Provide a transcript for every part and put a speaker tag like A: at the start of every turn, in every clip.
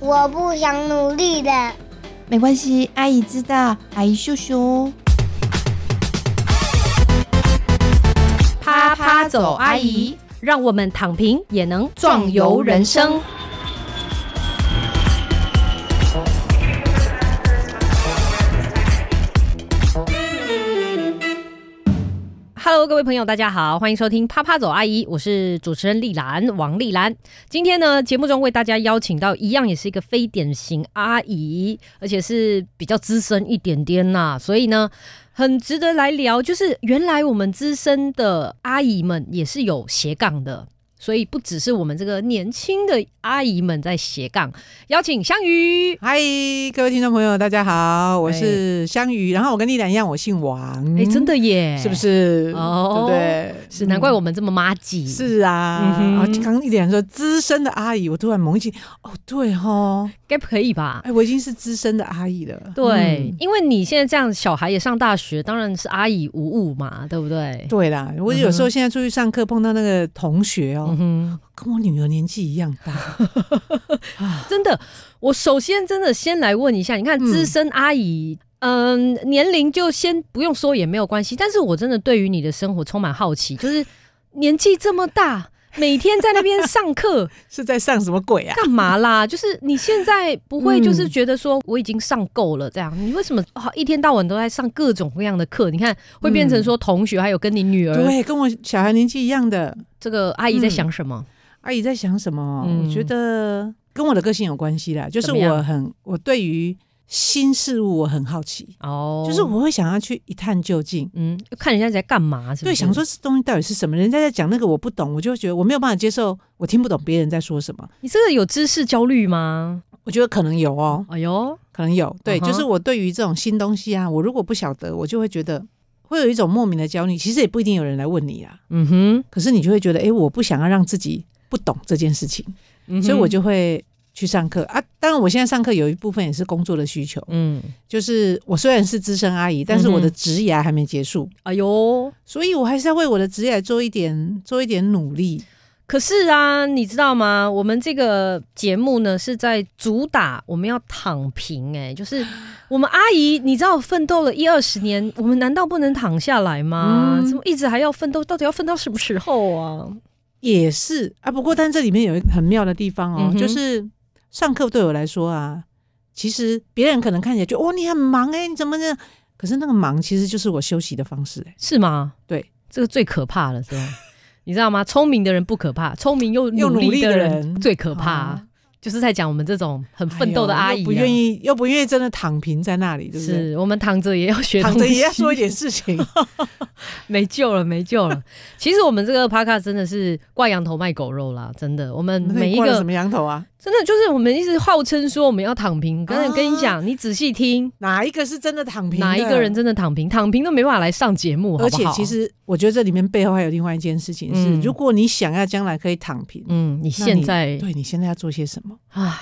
A: 我不想努力了。
B: 没关系，阿姨知道，阿姨秀哦秀。
C: 啪啪走，阿姨，让我们躺平也能壮游人生。Hello，各位朋友，大家好，欢迎收听《啪啪走阿姨》，我是主持人丽兰，王丽兰。今天呢，节目中为大家邀请到一样也是一个非典型阿姨，而且是比较资深一点点啦，所以呢，很值得来聊。就是原来我们资深的阿姨们也是有斜杠的，所以不只是我们这个年轻的阿姨们在斜杠。邀请香鱼，
D: 嗨，各位听众朋友，大家好，我是香鱼。然后我跟丽兰一样，我姓王。
C: 哎、真的耶，
D: 嗯是不？是？
C: 哦
D: 对不对？
C: 是难怪
D: 我。
C: 我们这么妈吉、
D: 是啊，
C: 嗯哼
D: 啊，刚刚一点说资深的阿姨，我突然猛起，哦，对 哦，
C: 该可以吧？
D: 哎，我已经是资深的阿姨了。
C: 对，
D: 嗯
C: 因为你现在这样，小孩也上大学，当然是阿姨无误嘛，对不对？
D: 对啦，我有时候现在出去上课碰到那个同学哦，
C: 嗯哼，
D: 跟我女儿年纪一样 大，
C: 真的，我首先真的先来问一下，你看
D: 嗯
C: 资深阿姨，嗯、年龄就先不用说也没有关系，但是我真的对于你的生活充满好奇，就是年纪这么 大。每天在那边上课
D: 是在上什么鬼啊？
C: 干嘛啦？就是你现在不会
D: 嗯
C: 就是觉得说我已经上够了这样？你为什么啊一天到晚都在上各种各样的课？你看会变成说同学还有跟你女儿
D: 对，跟我小孩年纪一样的
C: 这个阿姨在想什么？
D: 阿姨在想什么？
C: 嗯
D: 我觉得跟我的个性有关系啦，就是
C: 怎么样
D: 我很，我对于新事物我很好奇，
C: 哦，
D: 嗯就是我会想要去一探究竟。
C: 嗯，看人家在干嘛，是不是？
D: 对，想说这东西到底是什么？人家在讲那个我不懂，我就觉得我没有办法接受，我听不懂别人在说什么。
C: 你这个有知识焦虑吗？
D: 我觉得可能有哦，
C: 哎呦，
D: 可能有。对
C: 嗯哼
D: 就是我对于这种新东西啊，我如果不晓得，我就会觉得会有一种莫名的焦虑。其实也不一定有人来问你啊，
C: 嗯哼，
D: 可是你就会觉得，哎、我不想要让自己不懂这件事情，
C: 嗯哼
D: 所以我就会去上课啊。当然，我现在上课有一部分也是工作的需求，
C: 嗯，
D: 就是我虽然是资深阿姨，但是我的
C: 嗯哼
D: 职涯还没结束，
C: 哎呦，
D: 所以我还是要为我的职业做一点做一点努力。
C: 可是啊，你知道吗？我们这个节目呢是在主打我们要躺平、哎，就是我们阿姨，你知道奋斗了一二十年，我们难道不能躺下来吗？
D: 嗯
C: 怎么一直还要奋斗？到底要奋到什么时候啊？
D: 也是啊，不过但这里面有一个很妙的地方哦
C: 嗯，哼
D: 就是上课对我来说啊，其实别人可能看起来就哦你很忙哎、你怎么这样？可是那个忙其实就是我休息的方式、哎，
C: 是吗？
D: 对，
C: 这个最可怕了，是吧？ 你知道吗？聪明的人不可怕，聪明又
D: 又
C: 努
D: 努
C: 力
D: 力
C: 的
D: 的
C: 人
D: 人
C: 最可怕。
D: 啊
C: 就是在讲我们这种很奋斗的阿
D: 哎呦
C: 姨、啊，
D: 又不愿意又不愿意真的躺平在那里，对不对？
C: 是我们躺着也要学
D: 躺
C: 东
D: 着
C: 西，
D: 也要做一点事情，
C: 没救了，没救 了。其实我们这个 p a 真的是挂羊头卖狗肉啦，真的。我们
D: 那
C: 每一
D: 你挂了什
C: 个
D: 么羊头啊？
C: 真的就是我们一直号称说我们要躺平，刚才
D: 啊
C: 跟你讲，你仔细听，
D: 哪一个是真的躺平的？
C: 哪一个人真的躺平？躺平都没办法来上节目，好
D: 而
C: 不
D: 且
C: 好？
D: 其，实我觉得这里面背后还有另外一件事情是，
C: 嗯
D: 如果你想要将来可以躺平，
C: 嗯，你
D: 那
C: 现
D: 你
C: 在
D: 对你现在要做些什么？
C: 唉，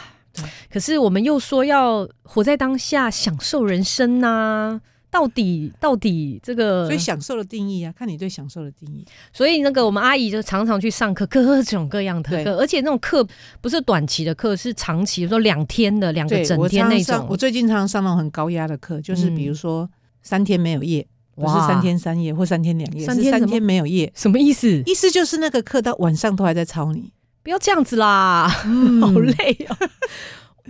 C: 可是我们又说要活在当下，享受人生呐、到底到底这个，
D: 所以享受的定义啊，看你对享受的定义。啊
C: 所以那个我们阿姨就常常去上课，各种各样的
D: 对
C: 课，而且那种课不是短期的课，是长期，比如说两天的、两个
D: 对，
C: 整
D: 我
C: 天
D: 常
C: 那
D: 上我
C: 种。嗯
D: 最近常常上那种很高压的课，就是比如说三天没有夜，不是三天三夜或三天两夜，
C: 三
D: 是
C: 天什
D: 三
C: 么
D: 天没有夜。
C: 什么意思？
D: 意思就是那个课到晚上都还在抄你，
C: 不要这样子啦，
D: 嗯
C: 好累 哦。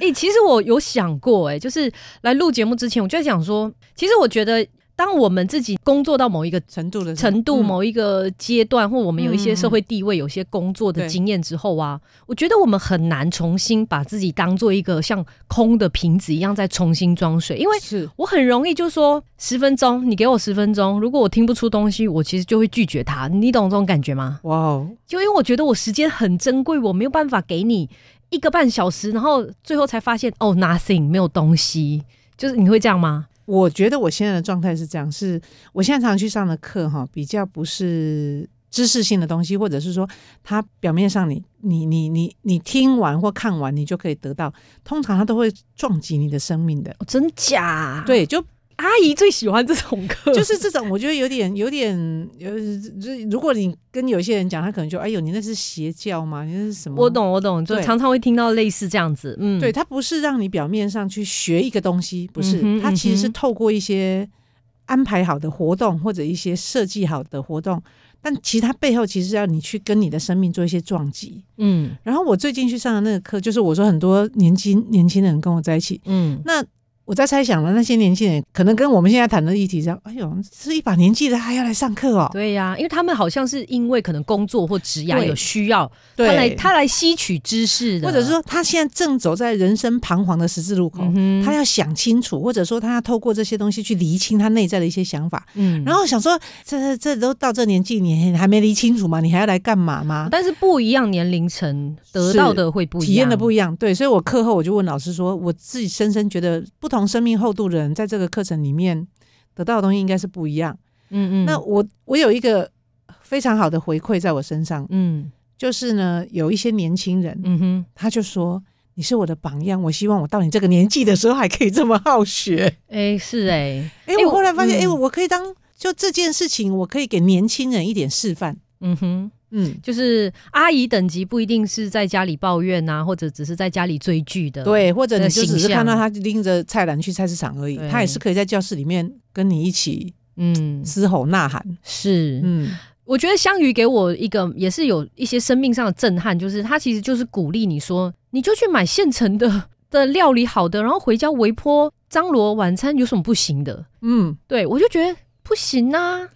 C: 哎、其实我有想过、哎，就是来录节目之前，我就在想说，其实我觉得，当我们自己工作到某一个
D: 程度的时候
C: 程度、
D: 嗯
C: 某一个阶段，或我们有一些
D: 嗯
C: 社会地位、有些工作的
D: 对
C: 经验之后啊，我觉得我们很难重新把自己当做一个像空的瓶子一样再重新装水，因为
D: 是
C: 我很容易就说十分钟，你给我十分钟，如果我听不出东西，我其实就会拒绝他，你懂这种感觉吗？
D: 哇哦，
C: 就因为我觉得我时间很珍贵，我没有办法给你一个半小时，然后最后才发现哦，nothing 没有东西，就是你会这样吗？
D: 我觉得我现在的状态是这样，是我现在常去上的课哈，比较不是知识性的东西，或者是说它表面上你你你你你听完或看
C: 啊
D: 完你就可以得到，通常它都会撞击你的生命的。
C: 哦、真假？
D: 对，就
C: 阿姨最喜欢这种课，
D: 就是这种，我觉得有点、有点、有，就是如果你跟有些人讲，他可能就哎呦，你那是邪教吗？你那是什么？
C: 我。懂，我懂，就
D: 对
C: 常常会听到类似这样子，嗯，
D: 对，，它不是让你表面上去学一个东西，不是，
C: 嗯哼
D: 它其实
C: 嗯
D: 是
C: 哼
D: 透过一些安排好的活动或者一些设计好的活动，但其实它背后其实要你去跟你的生命做一些撞击。
C: 嗯
D: 然后我最近去上的那个课，就是我说很多年轻年轻人跟我在一起，
C: 嗯，
D: 那我在猜想了，那些年轻人可能跟我们现在谈的议题上，哎呦，是一把年纪的还要来上课哦，
C: 对呀、因为他们好像是因为可能工作或职涯
D: 对
C: 有需要，他
D: 对
C: 来他来吸取知识的，
D: 或者说他现在正走在人生彷徨的十字路口，
C: 嗯哼
D: 他要想清楚，或者说他要透过这些东西去厘清他内在的一些想法。
C: 嗯
D: 然后想说，这这都到这年纪，你还没理清楚吗？你还要来干嘛吗？
C: 但是不一样年龄层得
D: 是
C: 到的会不一样，
D: 体验的不一样，对，所以我课后我就问老师说，我自己深深觉得，不同生命厚度的人在这个课程里面得到的东西应该是不一样。
C: 嗯嗯，
D: 那我我有一个非常好的回馈在我身上，
C: 嗯
D: 就是呢，有一些年轻人，
C: 嗯哼，
D: 他就说：“你是我的榜样，我希望我到你这个年纪的时候还可以这么好学。
C: 哎、是哎、”
D: 哎、
C: 哎
D: 我后来发现，
C: 我
D: 哎、
C: 嗯
D: 我可以当就这件事情，我可以给年轻人一点示范。
C: 嗯哼，
D: 嗯，
C: 就是阿姨等级不一定是在家里抱怨啊，或者只是在家里追剧的，，
D: 嗯对，或者你就只
C: 形
D: 是
C: 象
D: 看到他拎着菜篮去菜市场而已
C: 对，
D: 他也是可以在教室里面跟你一起
C: 嗯，
D: 嘶吼呐喊。
C: 是，
D: 嗯，
C: 我觉得香鱼给我一个也是有一些生命上的震撼，就是他其实就是鼓励你说，你就去买现成的 的料理好的，然后回家微波张罗晚餐有什么不行的？
D: 嗯，
C: 对我就觉得不行啊，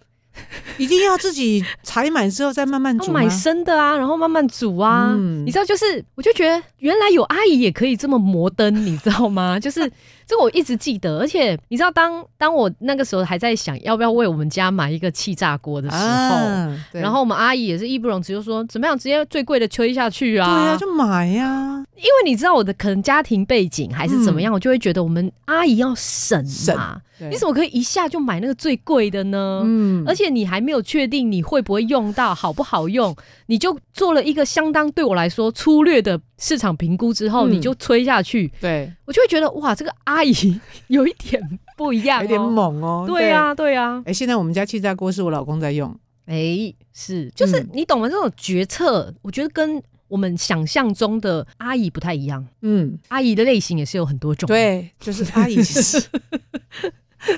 D: 一定要自己采买之后再慢慢
C: 要
D: 煮吗
C: 买生的啊，然后慢慢煮啊。
D: 嗯
C: 你知道，就是我就觉得原来有阿姨也可以这么摩登，你知道吗？ 就是这个我一直记得，而且你知道当，当我那个时候还在想要不要为我们家买一个气炸锅的时候。
D: 啊，对
C: 然后我们阿姨也是义不容辞，就说怎么样，直接最贵的吹下去
D: 对
C: 啊！
D: 啊，就买呀、啊，
C: 因为你知道我的可能家庭背景还是怎么样，我就会觉得我们阿姨要省
D: 嗯省
C: 嘛，
D: 对
C: 你怎么可以一下就买那个最贵的呢？
D: 嗯
C: 而且你还没有确定你会不会用到，好不好用，你就做了一个相当对我来说粗略的市场评估之后，
D: 嗯
C: 你就吹下去，
D: 对，
C: 我就会觉得哇，这个阿姨 有一点不一样、
D: 有点。猛哦。
C: 对呀、对啊呀、
D: 哎、现在我们家气炸锅是我老公在用。
C: 哎、是，就是
D: 嗯
C: 你懂吗？这种决策，我觉得跟我们想象中的阿姨不太一样。
D: 嗯，
C: 阿姨的类型也是有很多种，，
D: 对，就是阿姨 其实，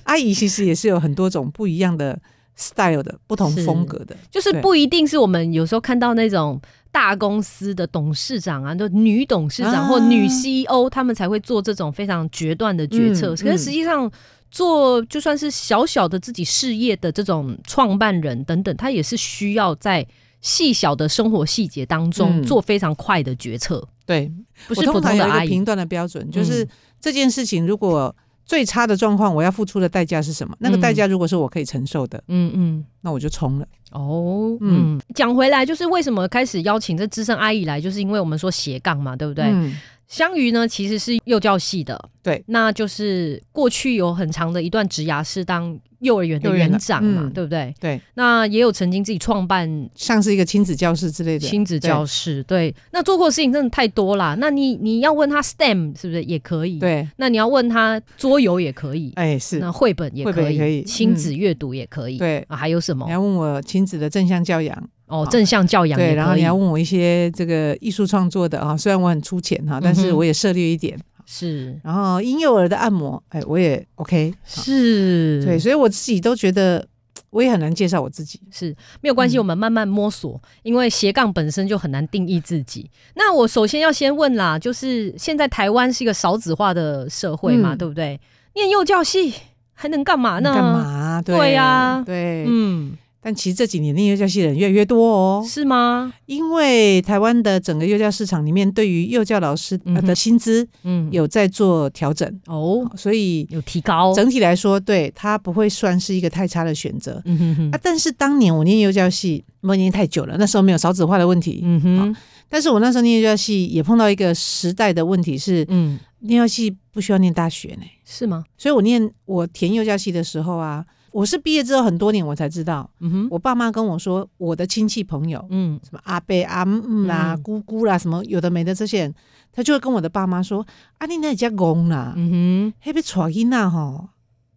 D: 阿姨其实也是有很多种不一样的 style 的，不同
C: 是
D: 风格的。
C: 就是不一定是我们有时候看到那种大公司的董事长啊，就女董事长
D: 啊
C: 或女 CEO，他们才会做这种非常决断的决策。
D: 嗯
C: 可是实际上，做就算是小小的自己事业的这种创办人等等，他也是需要在细小的生活细节当中
D: 嗯
C: 做非常快的决策，
D: 对，
C: 不
D: 我
C: 是普
D: 通常
C: 通的
D: 有一
C: 阿
D: 个
C: 姨嗯
D: 评。断的标准，就是这件事情如果最差的状况，我要付出的代价是什么？那个代价如果是我可以承受的，
C: 嗯嗯。
D: 那我就冲了。
C: 哦，
D: 嗯
C: 嗯，讲回来，就是为什么开始邀请这资深阿姨来，就是因为我们说斜杠嘛，对不对？
D: 嗯
C: 香鱼呢，其实是幼教系的，
D: 对，
C: 那就是过去有很长的一段职涯是当幼儿园的
D: 幼儿园
C: 园
D: 的
C: 长嘛，
D: 嗯
C: 对不对？
D: 对，
C: 那也有曾经自己创办
D: 像是一个亲子教室之类的。
C: 亲子教室，对，那做过的事情真的太多啦。那你你要问他 STEM 是不是也可以？，
D: 对，
C: 那你要问他桌游也可以，
D: 哎、是。
C: 那绘本也
D: 绘本
C: 可
D: 也可
C: 以，
D: 以嗯
C: 亲子阅读也可以，
D: 对
C: 啊，还有什
D: 你
C: 么？
D: 要问我亲子的正向教养，
C: 哦，正向教养也
D: 对，然后
C: 可
D: 你
C: 以
D: 要，问我一些这个艺术创作的啊，虽然我很粗浅哈，但
C: 嗯
D: 是
C: 哼
D: 我也涉猎一点。
C: 是
D: 然后婴幼儿的按摩，哎，我也 OK，好
C: 是，
D: 对，所以我自己都觉得我也很难介绍我自己。
C: 是没有关系，
D: 嗯
C: 我们慢慢摸索，因为斜杠本身就很难定义自己。那我首先要先问啦，就是现在台湾是一个少子化的社会嘛，
D: 嗯
C: 对不对？念幼教系还能干嘛呢？
D: 你干？嘛？
C: 对呀
D: 对。
C: 嗯，
D: 但其实这几年的幼教系人越来越多哦，
C: 是吗？
D: 因为台湾的整个幼教市场里面，对于幼教老师
C: 嗯
D: 呃
C: 哼
D: 的薪资
C: 嗯，
D: 有在做调整，
C: 哦，
D: 所以
C: 有提高。
D: 整体来说，对它不会算是一个太差的选择。
C: 嗯哼
D: 啊
C: 哼，，
D: 但是当年我念幼教系，我念太久了，那时候没有少子化的问题。
C: 嗯哼，
D: 但是我那时候念幼教系也碰到一个时代的问题是，
C: 嗯，
D: 念幼教系不需要念大学呢。
C: 是吗？
D: 所以我念我填幼教系的时候啊，我是毕业之后很多年我才知道，
C: 嗯哼，
D: 我爸妈跟我说，我的亲戚朋友，
C: 嗯，
D: 什么阿伯、阿姆啦、
C: 嗯
D: 姑姑啦，什么有的没的这些人，他就会跟我的爸妈说：“啊，你那家公啦，
C: 嗯
D: 还被闯囡仔吼，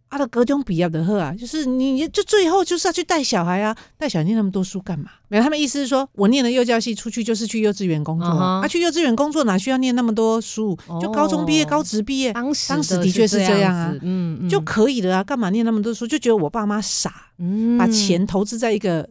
D: 啊，的各种比较的好啊，就是你就最后就是要去带小孩啊，带小孩念那么多书干嘛？没有，他们意思是说我念了幼教系出去就是去幼稚园工作啊，
C: 嗯哼
D: 啊去幼稚园工作哪需要念那么多书？就高中毕业、
C: 哦
D: 高职毕业
C: 当时
D: 当时的确是
C: 是
D: 这样
C: 样
D: 啊
C: 子，嗯，嗯
D: 就可以了啊，干嘛念那么多书？就觉得我爸妈傻，
C: 嗯
D: 把钱投资在一个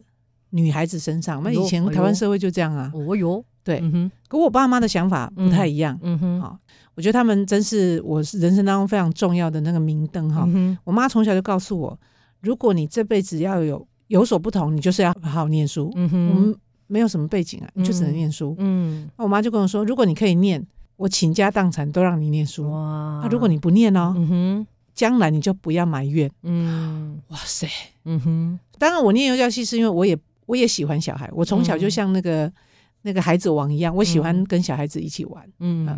D: 女孩子身上。我们
C: 哎呦
D: 以前台湾社会就这样啊，
C: 哦哟，
D: 对
C: 嗯哼，
D: 可我爸妈的想法不太一样。
C: 嗯哼，
D: 好我觉得他们真是我是人生当中非常重要的那个明灯哈。
C: 嗯
D: 我妈从小就告诉我，如果你这辈子要有有所不同，你就是要好好念书。
C: 哼，嗯
D: 我
C: 哼，
D: 们没有什么背景啊，你就只能念书。
C: 嗯，
D: 那我妈就跟我说，如果你可以念，我倾家荡产都让你念书。
C: 哇
D: 啊，如果，你不念哦，
C: 嗯哼，
D: 将来你就不要埋怨。
C: 嗯
D: 哇塞！
C: 嗯哼，
D: 当然，我念幼教系是因为我也我也喜欢小孩，我从小
C: 嗯
D: 就像那个、那个孩子王一样，我喜欢跟小孩子一起玩。
C: 嗯
D: 啊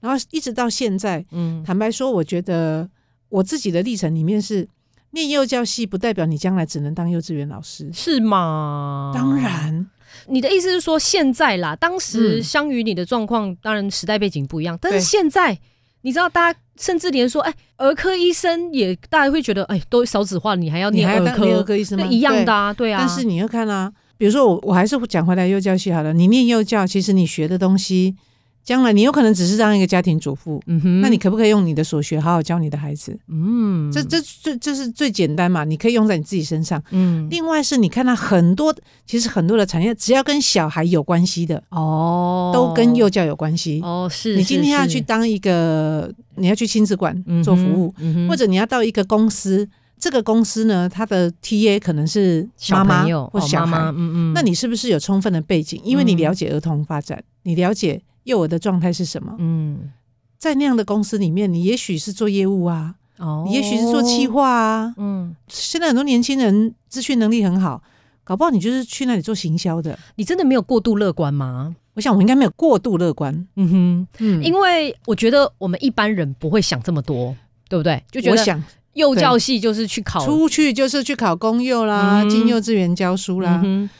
D: 然后一直到现在，
C: 嗯，
D: 坦白说，我觉得我自己的历程里面是念幼教系，不代表你将来只能当幼稚园老师。
C: 是吗？
D: 当，然，
C: 你的意思是说现在啦，当时
D: 嗯
C: 相于你的状况，当然时代背景不一样，但是
D: 对
C: 现在。你知道，大家甚至连说，哎，儿科医生也，大家会觉得，哎，都少子化了，哦你还要
D: 你
C: 念
D: 还要
C: 儿
D: 当幼儿
C: 科，
D: 科医生
C: 那
D: 吗？
C: 一样的
D: 对。
C: 啊，对啊。
D: 但是你要看啊，比如说我，我还是讲回来幼教系好了。你念幼教，其实你学的东西，将来你有可能只是当一个家庭主妇。
C: 嗯哼，
D: 那你可不可以用你的所学好好教你的孩子？
C: 嗯，
D: 这这这这是最简单嘛，你可以用在你自己身上。
C: 嗯
D: 另外是你看到很多，其实很多的产业，只要跟小孩有关系的，
C: 哦，
D: 都跟幼教有关系。
C: 哦是，
D: 你今天要
C: 是
D: 去当一个，你要去亲子馆
C: 嗯哼
D: 做服务，
C: 嗯哼
D: 或者你要到一个公司，这个公司呢，它的 TA 可能是
C: 小
D: 妈妈
C: 朋友
D: 或
C: 哦
D: 小孩，
C: 妈妈嗯嗯，
D: 那你是不是有充分的背景？因为你
C: 嗯
D: 了解儿童发展，你了解幼儿的状态是什么，
C: 嗯
D: 在那样的公司里面，你也许是做业务啊，
C: 哦，
D: 你也许是做企，划啊，
C: 嗯，
D: 现在很多年轻人资讯能力很好，搞不好你就是去那里做行销的。
C: 你真的没有过度乐观吗？
D: 我想我应该没有过度乐观，
C: 嗯
D: 嗯
C: 哼，因为我觉得我们一般人不会想这么多，对不对？就觉
D: 我
C: 得
D: 想
C: 幼教系就是去考
D: 出去就是去考公幼啦，
C: 嗯
D: 进幼稚园教书啦。
C: 嗯哼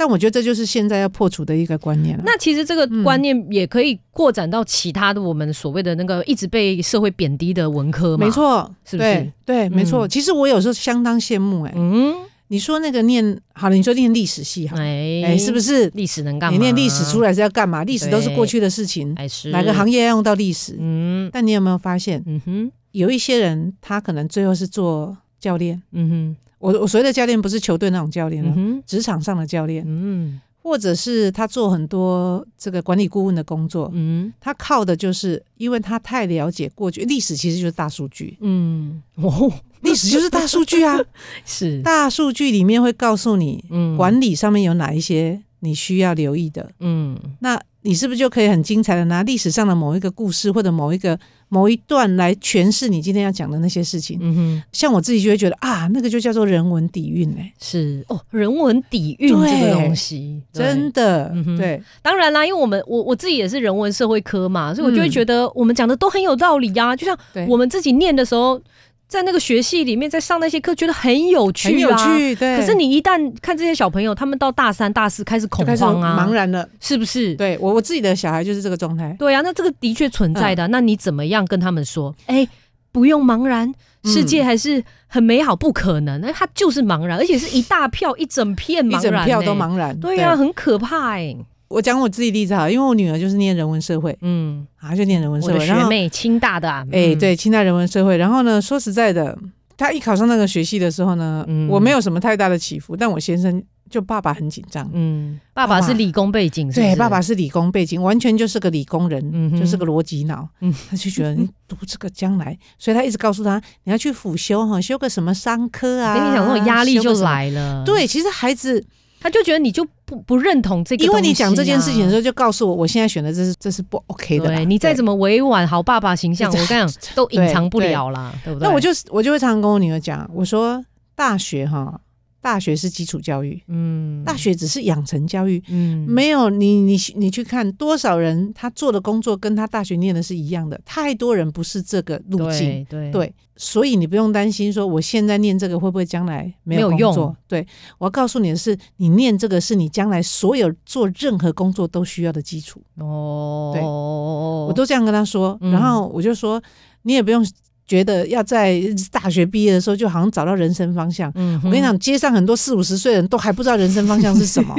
D: 但我觉得这就是现在要破除的一个观念了。
C: 那其实这个
D: 嗯
C: 观念也可以扩展到其他的我们所谓的那个一直被社会贬低的文科嘛，
D: 没，错，
C: 是不是
D: 对对，没错。
C: 嗯
D: 其实我有时候相当羡慕哎、
C: 嗯，
D: 你说那个念好了，你说念历史系好了，
C: 哎
D: 哎、是不
C: 是
D: 是？
C: 历史能干嘛？
D: 你念历史出
C: 来
D: 来是要干嘛？历史都是
C: 对
D: 过去的事情，
C: 还是
D: 哪个行业要用到历史？
C: 嗯
D: 但你有没有发现，
C: 嗯哼，
D: 有一些人他可能最后是做教练，
C: 嗯哼，
D: 我我所谓的教练不是球队那种教练
C: 嗯
D: 哦，
C: 哼，
D: 职、场上的教练，
C: 嗯
D: 或者是他做很多这个管理顾问的工作，
C: 嗯
D: 他靠的就是因为他太了解过去历史，其实就是大 数据，
C: 嗯，哦，
D: 历史就是大数据啊，
C: 是，
D: 大数据里面会告诉你
C: 嗯
D: 管理上面有哪一些你需要留意的，
C: 嗯
D: 那你是不是就可以很精彩的拿历史上的某一个故事或者某一个某一段来诠释你今天要讲的那些事情？
C: 嗯哼，
D: 像我自己就会觉得啊，那个就叫做人文底蕴哎、
C: 是哦，人文底蕴
D: 对
C: 这个东西，对
D: 真的，
C: 嗯哼
D: 对，
C: 当然啦，因为我们我我自己也是人文社会科嘛，所以我就会觉得我们讲的都很有道理呀、就像
D: 对
C: 我们自己念的时候，在那个学系里面，在上那些课，觉得很有趣、啊，
D: 很有。趣，对。
C: 可是你一旦看这些小朋友，他们到大三、大四开始恐
D: 就开始
C: 慌啊，
D: 茫然了，
C: 是不是？
D: 对我我自己的小孩就是这个状态，
C: 对啊，那这个的确存在
D: 嗯
C: 的啊、那你怎么样跟他们说？哎、不用茫然，
D: 嗯
C: 世界还是很美好，不可能。嗯那、他就是茫然，而且是一大票、一整片
D: 一
C: 茫
D: 整
C: 然、
D: 票都。茫然。
C: 对啊，很可怕哎、
D: 我讲我自己例子哈，因为我女儿就是念人文社会
C: 嗯，
D: 啊，她就念人文
C: 我
D: 社
C: 的
D: 会，
C: 学
D: 然后
C: 妹，清大的啊。
D: 哎，
C: 嗯，
D: 对，清代人文社会。然后呢，说实在的，她一考上那个学系的时候呢，
C: 嗯
D: 我没有什么太大的起伏，但我先生就爸爸很紧张，
C: 嗯，爸爸
D: 爸爸
C: 是理工背景，是不
D: 对，
C: 是
D: 爸爸，是理工背景，完全就是个理工人，
C: 嗯哼
D: 就是个逻辑脑。
C: 嗯
D: 他就觉得你读这个将来，所以他一直告诉他你要去辅修哈，修个什么商科啊。
C: 跟你讲，那种压力
D: 修个
C: 就
D: 什么。
C: 来了。，
D: 对，其实孩子，
C: 他就觉得你就不不认同这个、啊
D: 因为你讲这件事情的时
C: 候。
D: 候，就告诉我，我现在选的这是这是不 OK 的啦。
C: 对你再怎
D: 么，
C: 么委婉，好爸爸形象，我
D: 对
C: 跟你讲都隐藏不了啦，对不对？
D: 那我就是我就会常常跟我女儿讲，我说大学哈，大学是基础教育，
C: 嗯，
D: 大学只是养成教育，
C: 嗯
D: 没有你你你去看多少人他做的工作跟他大学念的是一样的，太多人不是这个路径。
C: 对对
D: 对，所以你不用担心说我现在念这个会不会将来没有
C: 没
D: 工
C: 有
D: 作
C: 用。
D: 对我要告诉你的是，你念这个是你将来所有做任何工作都需要的基础。
C: 哦，
D: 哦我都这样跟他说，
C: 嗯
D: 然后我就说，你也不用觉得要在大学毕业的时候就好像找到人生方向。
C: 嗯，
D: 我跟你，讲，街上很多四五十岁的人都还不知道人生方向是什 么，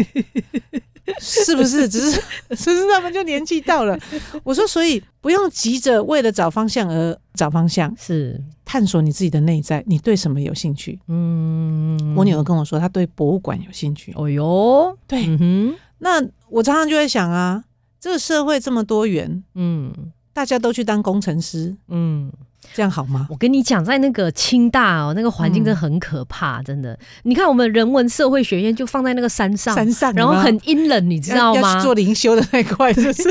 D: 是不是？只是只是他们就年纪到了。我说，所以不用急着为了找方向而找方向，
C: 是，
D: 探索你自己的内在，你对什么有兴趣？
C: 嗯，
D: 我女儿跟我说，她对博物馆有兴趣。
C: 哦哟，
D: 对
C: 嗯哼，
D: 那我常常就会想啊，这个社会这么多元，
C: 嗯
D: 大家都去当工程师，
C: 嗯，
D: 这样好吗？
C: 我跟你讲，在那个清大哦，那个
D: 嗯
C: 环境真的很可怕，真的。你看我们人文社会学院就放在那个山上，
D: 山上
C: 然后
D: 有没有
C: 很阴冷，你知道
D: 要要
C: 吗
D: 去？做灵修的那一 块，就是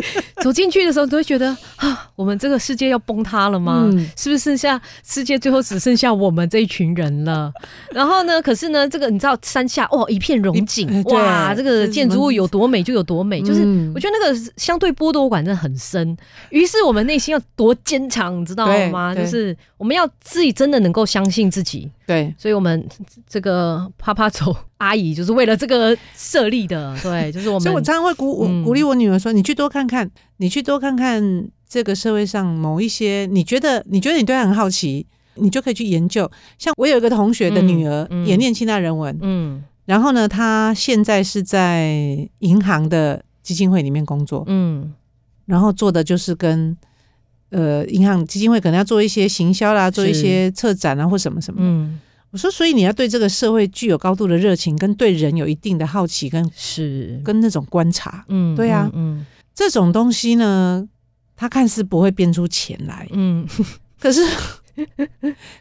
C: 走进去的时候，你都会觉得啊，我们这个世界要崩塌了吗？
D: 嗯
C: 是不是剩下世界最后只剩下我们这一群人 了？然后呢？可是呢，这个你知道山下哦一片荣景
D: 一对
C: 哇，这个
D: 就是
C: 建筑物有多美就有多美，就是
D: 嗯
C: 我觉得那个相对剥夺感真的很深。于是我们内心要多坚强，你知道吗？
D: 对
C: 就
D: 对
C: 是我们要自己真的能够相信自己。
D: 嗯对。
C: 所以我们这个啪啪走阿姨就是为了这个设立的， 对，就是我
D: 所以我
C: 们
D: 常常会鼓我
C: 嗯
D: 鼓励我女儿说：“你去多看看，你去多看看这个社会上某一些，你觉得你觉得你对她很好奇，你就可以去研究。像我有一个同学的女儿、
C: 嗯嗯
D: 也念清大人文，
C: 嗯
D: 然后呢，她现在是在银行的基金会里面工作，
C: 嗯
D: 然后做的就是跟呃银行基金会可能要做一些行销啦，做一些策展啊或什么什么。
C: 嗯，
D: 我说，所以你要对这个社会具有高度的热情，跟对人有一定的好奇跟
C: 是，
D: 跟那种观察。
C: 嗯
D: 对啊
C: 嗯
D: 这种东西呢，它看似不会变出钱来，
C: 嗯，
D: 可是，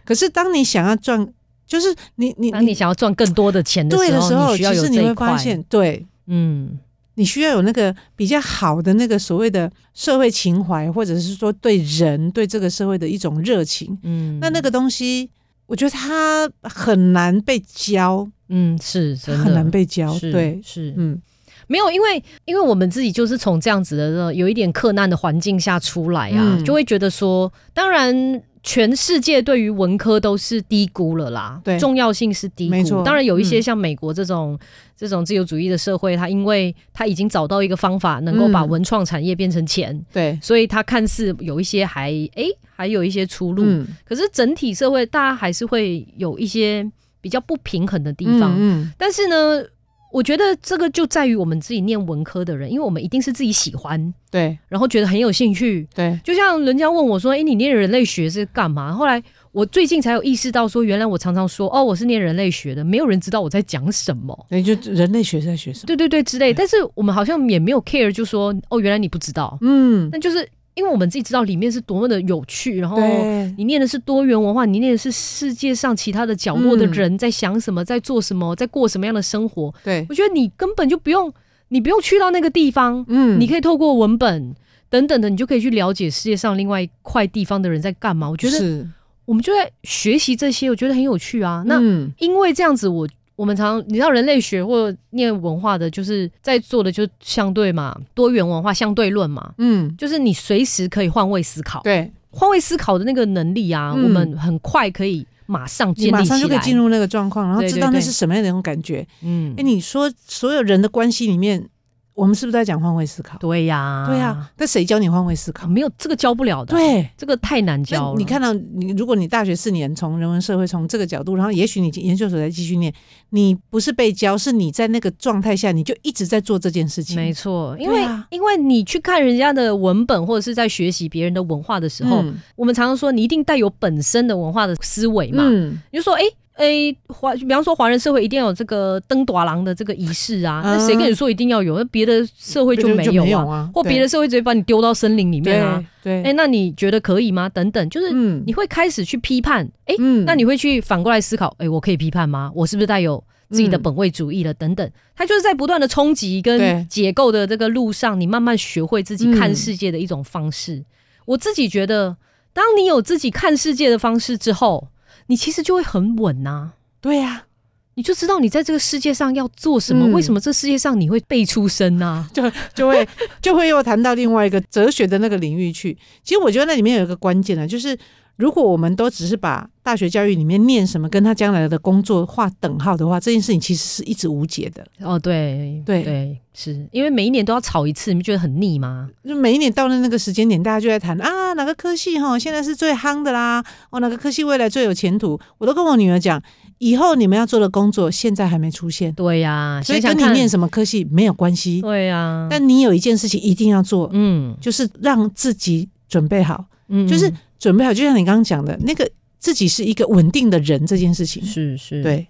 D: 可是当你想要赚，就是你你
C: 当你想要赚更多的钱的
D: 对
C: 时
D: 的
C: 候，
D: 时
C: 你
D: 候，
C: 需
D: 其
C: 要有这
D: 实你
C: 一
D: 会
C: 块
D: 发现，对
C: 嗯
D: 你需要有那个比较好的那个所谓的社会情怀，或者是说对人对这个社会的一种热情。
C: 嗯，
D: 那那个东西，我觉得它很难被教，
C: 嗯是
D: 它
C: 真的
D: 很难被教。
C: 是
D: 对，
C: 是
D: 嗯，
C: 没有，因为因为我们自己就是从这样子的呃有一点克难的环境下出来啊，
D: 嗯
C: 就会觉得说，当然。全世界对于文科都是低估了啦，
D: 对
C: 重要性是低
D: 没
C: 估。
D: 错
C: 当然有一些
D: 嗯
C: 像美国这种、这种自由主义的社会，它因为它已经找到一个方法，能够把
D: 嗯
C: 文创产业变成钱，
D: 对，
C: 所以它看似有一些还诶，还有一些出路。
D: 嗯，
C: 可是整体社会大家还是会有一些比较不平衡的地方。
D: 嗯
C: 但是呢，我觉得这个就在于我们自己念文科的人，因为我们一定是自己喜欢，
D: 对
C: 然后觉得很有兴趣。
D: 对，
C: 就像人家问我说：“诶，你念人类学是干嘛？”后来我最近才有意识到，说原来我常常说：“哦，我是念人类学的。”没有人知道我在讲什么。
D: 那就人类学是在学什么？
C: 对对对，之类，但是我们好像也没有 care，就说哦，原来你不知道，
D: 嗯，
C: 那就是因为我们自己知道里面是多么的有趣，然后
D: 对，
C: 你念的是多元文化，你念的是世界上其他的角落的
D: 嗯
C: 人在想什么，在做什么，在过什么样的生活。
D: 对，
C: 我觉得你根本就不用，你不用去到那个地方，
D: 嗯
C: 你可以透过文本等等的，你就可以去了解世界上另外一块地方的人在干嘛。我觉得
D: 是
C: 我们就在学习这些，我觉得很有趣啊。那
D: 嗯
C: 因为这样子我，我们常你知道人类学或念文化的，就是在做的就相对嘛，多元文化相对论嘛，
D: 嗯，
C: 就是你随时可以换位思考。
D: 对，
C: 换位思考的那个能力啊，
D: 嗯
C: 我们很快可以马上建
D: 你
C: 立起来，
D: 马上就可以进入那个状况，然后
C: 对
D: 知
C: 对
D: 道那
C: 对
D: 是什么样的一种感觉。
C: 嗯
D: 哎，你说所有人的关系里面，我们是不是在讲换位思考？
C: 对呀、
D: 对啊，那谁教你换位思
C: 啊，
D: 考？
C: 没有这个教不了的，，
D: 对。
C: 这个太难
D: 那
C: 教了。
D: 你看到你，如果你大学四年从人文社会从这个角度，然后也许你研究所再继续念，你不是被教，是你在那个状态下，你就一直在做这件事情。
C: 没错，因为、
D: 对啊
C: 因为你去看人家的文本，或者是在学习别人的文化的时候，
D: 嗯
C: 我们常常说你一定带有本身的文化的思维嘛，
D: 嗯，
C: 你就说哎。诶，华，比方说华人社会一定要有这个登短郎的这个仪式啊，
D: 嗯
C: 那谁跟你说一定要有？那别的社会就
D: 就
C: 没
D: 就
C: 有
D: 没
C: 啊，
D: 有啊
C: 或别
D: 对
C: 的社会直接把你丢到森林里面啊
D: 对。对，
C: 哎、那你觉得可以吗？等等，就是
D: 嗯
C: 你会开始去批判，哎、
D: 嗯
C: 那你会去反过来思考，哎、我可以批判吗？我是不是带有自己的
D: 嗯
C: 本位主义了？等等，它就是在不断的冲击跟
D: 对
C: 解构的这个路上，你慢慢学会自己看
D: 嗯
C: 世界的一种方式。我自己觉得，当你有自己看世界的方式之后，你其实就会很稳呐、啊
D: 对呀，
C: 你就知道你在这个世界上要做什么。
D: 嗯
C: 为什么这世界上你会被出啊生呢、
D: 就就会 就会又谈到另外一个哲学的那个领域去。其实我觉得那里面有一个关键呢，就是如果我们都只是把大学教育里面念什么跟他将来的工作画等号的话，这件事情其实是一直无解的。
C: 哦，对
D: 对
C: 对，是因为每一年都要吵一次，你不觉得很腻吗？
D: 就每一年到了那个时间点，大家就在谈啊，哪个科系哈现在是最夯的啦，哦，哪个科系未来最有前途。我都跟我女儿讲，以后你们要做的工作现在还没出现，
C: 对呀、
D: 所以
C: 想
D: 跟
C: 想
D: 你
C: 看
D: 念什么科系没有关系，
C: 对呀、
D: 但你有一件事情一定要做，
C: 嗯
D: 就是让自己准备好。
C: 嗯，
D: 就是准备好，就像你刚刚讲的那个自己是一个稳定的人这件事情。
C: 是是，
D: 对，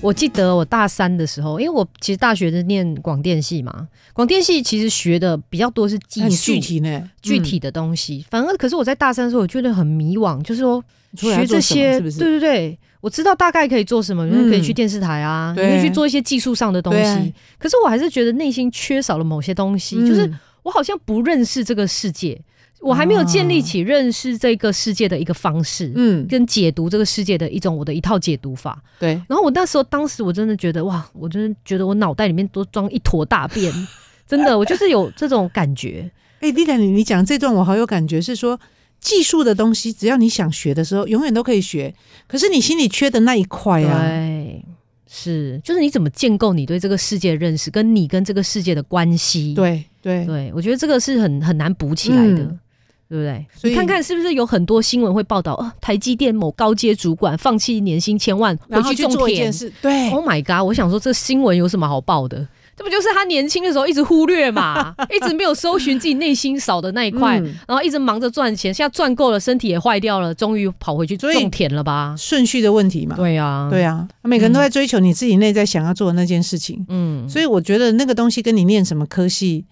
C: 我记得我大三的时候，因为我其实大学是念广电系嘛，广电系其实学的比较多是技
D: 很
C: 术
D: 具体呢，嗯
C: 具体的东西。反而可是我在大三的时候，我觉得很迷惘，就是说
D: 嗯出来要
C: 学
D: 做
C: 这
D: 什么
C: 些，
D: 是不
C: 对
D: 是？
C: 对对，我知道大概可以做什么，
D: 嗯
C: 可以去电视台啊，你
D: 对
C: 可以去做一些技术上的东
D: 对嗯啊
C: 西。可是我还是觉得内心缺少了某些东西，就是我好像不认识这个世界，我还没有建立起认识这个世界的一个方式。
D: 嗯，
C: 跟解读这个世界的一种我的一套解读法，
D: 对，
C: 然后我那时候，当时我真的觉得哇，我真的觉得我脑袋里面都装一坨大便，真的，我就是有这种感觉。
D: 哎，丽达，你你讲这段我好有感觉，是说。技术的东西，只要你想学的时候，永远都可以学。可是你心里缺的那一块啊，
C: 对，是，就是你怎么建构你对这个世界的认识，跟你跟这个世界的关系。，
D: 对对
C: 对我觉得这个是很很难补起来的。
D: 嗯
C: 对不对？
D: 所以
C: 你看看是不是有很多新闻会报道啊？台积电某高阶主管放弃年薪千万，回
D: 然后去
C: 种
D: 做一
C: 田
D: 件。事，哎对
C: Oh my god！我想说，这新闻有什么好报的？这不就是他年轻的时候一直忽略嘛，一直没有搜寻自己内心少的那一块，
D: 嗯
C: 然后一直忙着赚钱，现在赚够了，身体也坏掉了，终于跑回去
D: 所以
C: 种田了吧？
D: 顺序的问题嘛。
C: 对啊，
D: 对
C: 啊，
D: 啊，每个人都在追求你自己内在想要做的那件事情。
C: 嗯，
D: 所以我觉得那个东西跟你念什么科系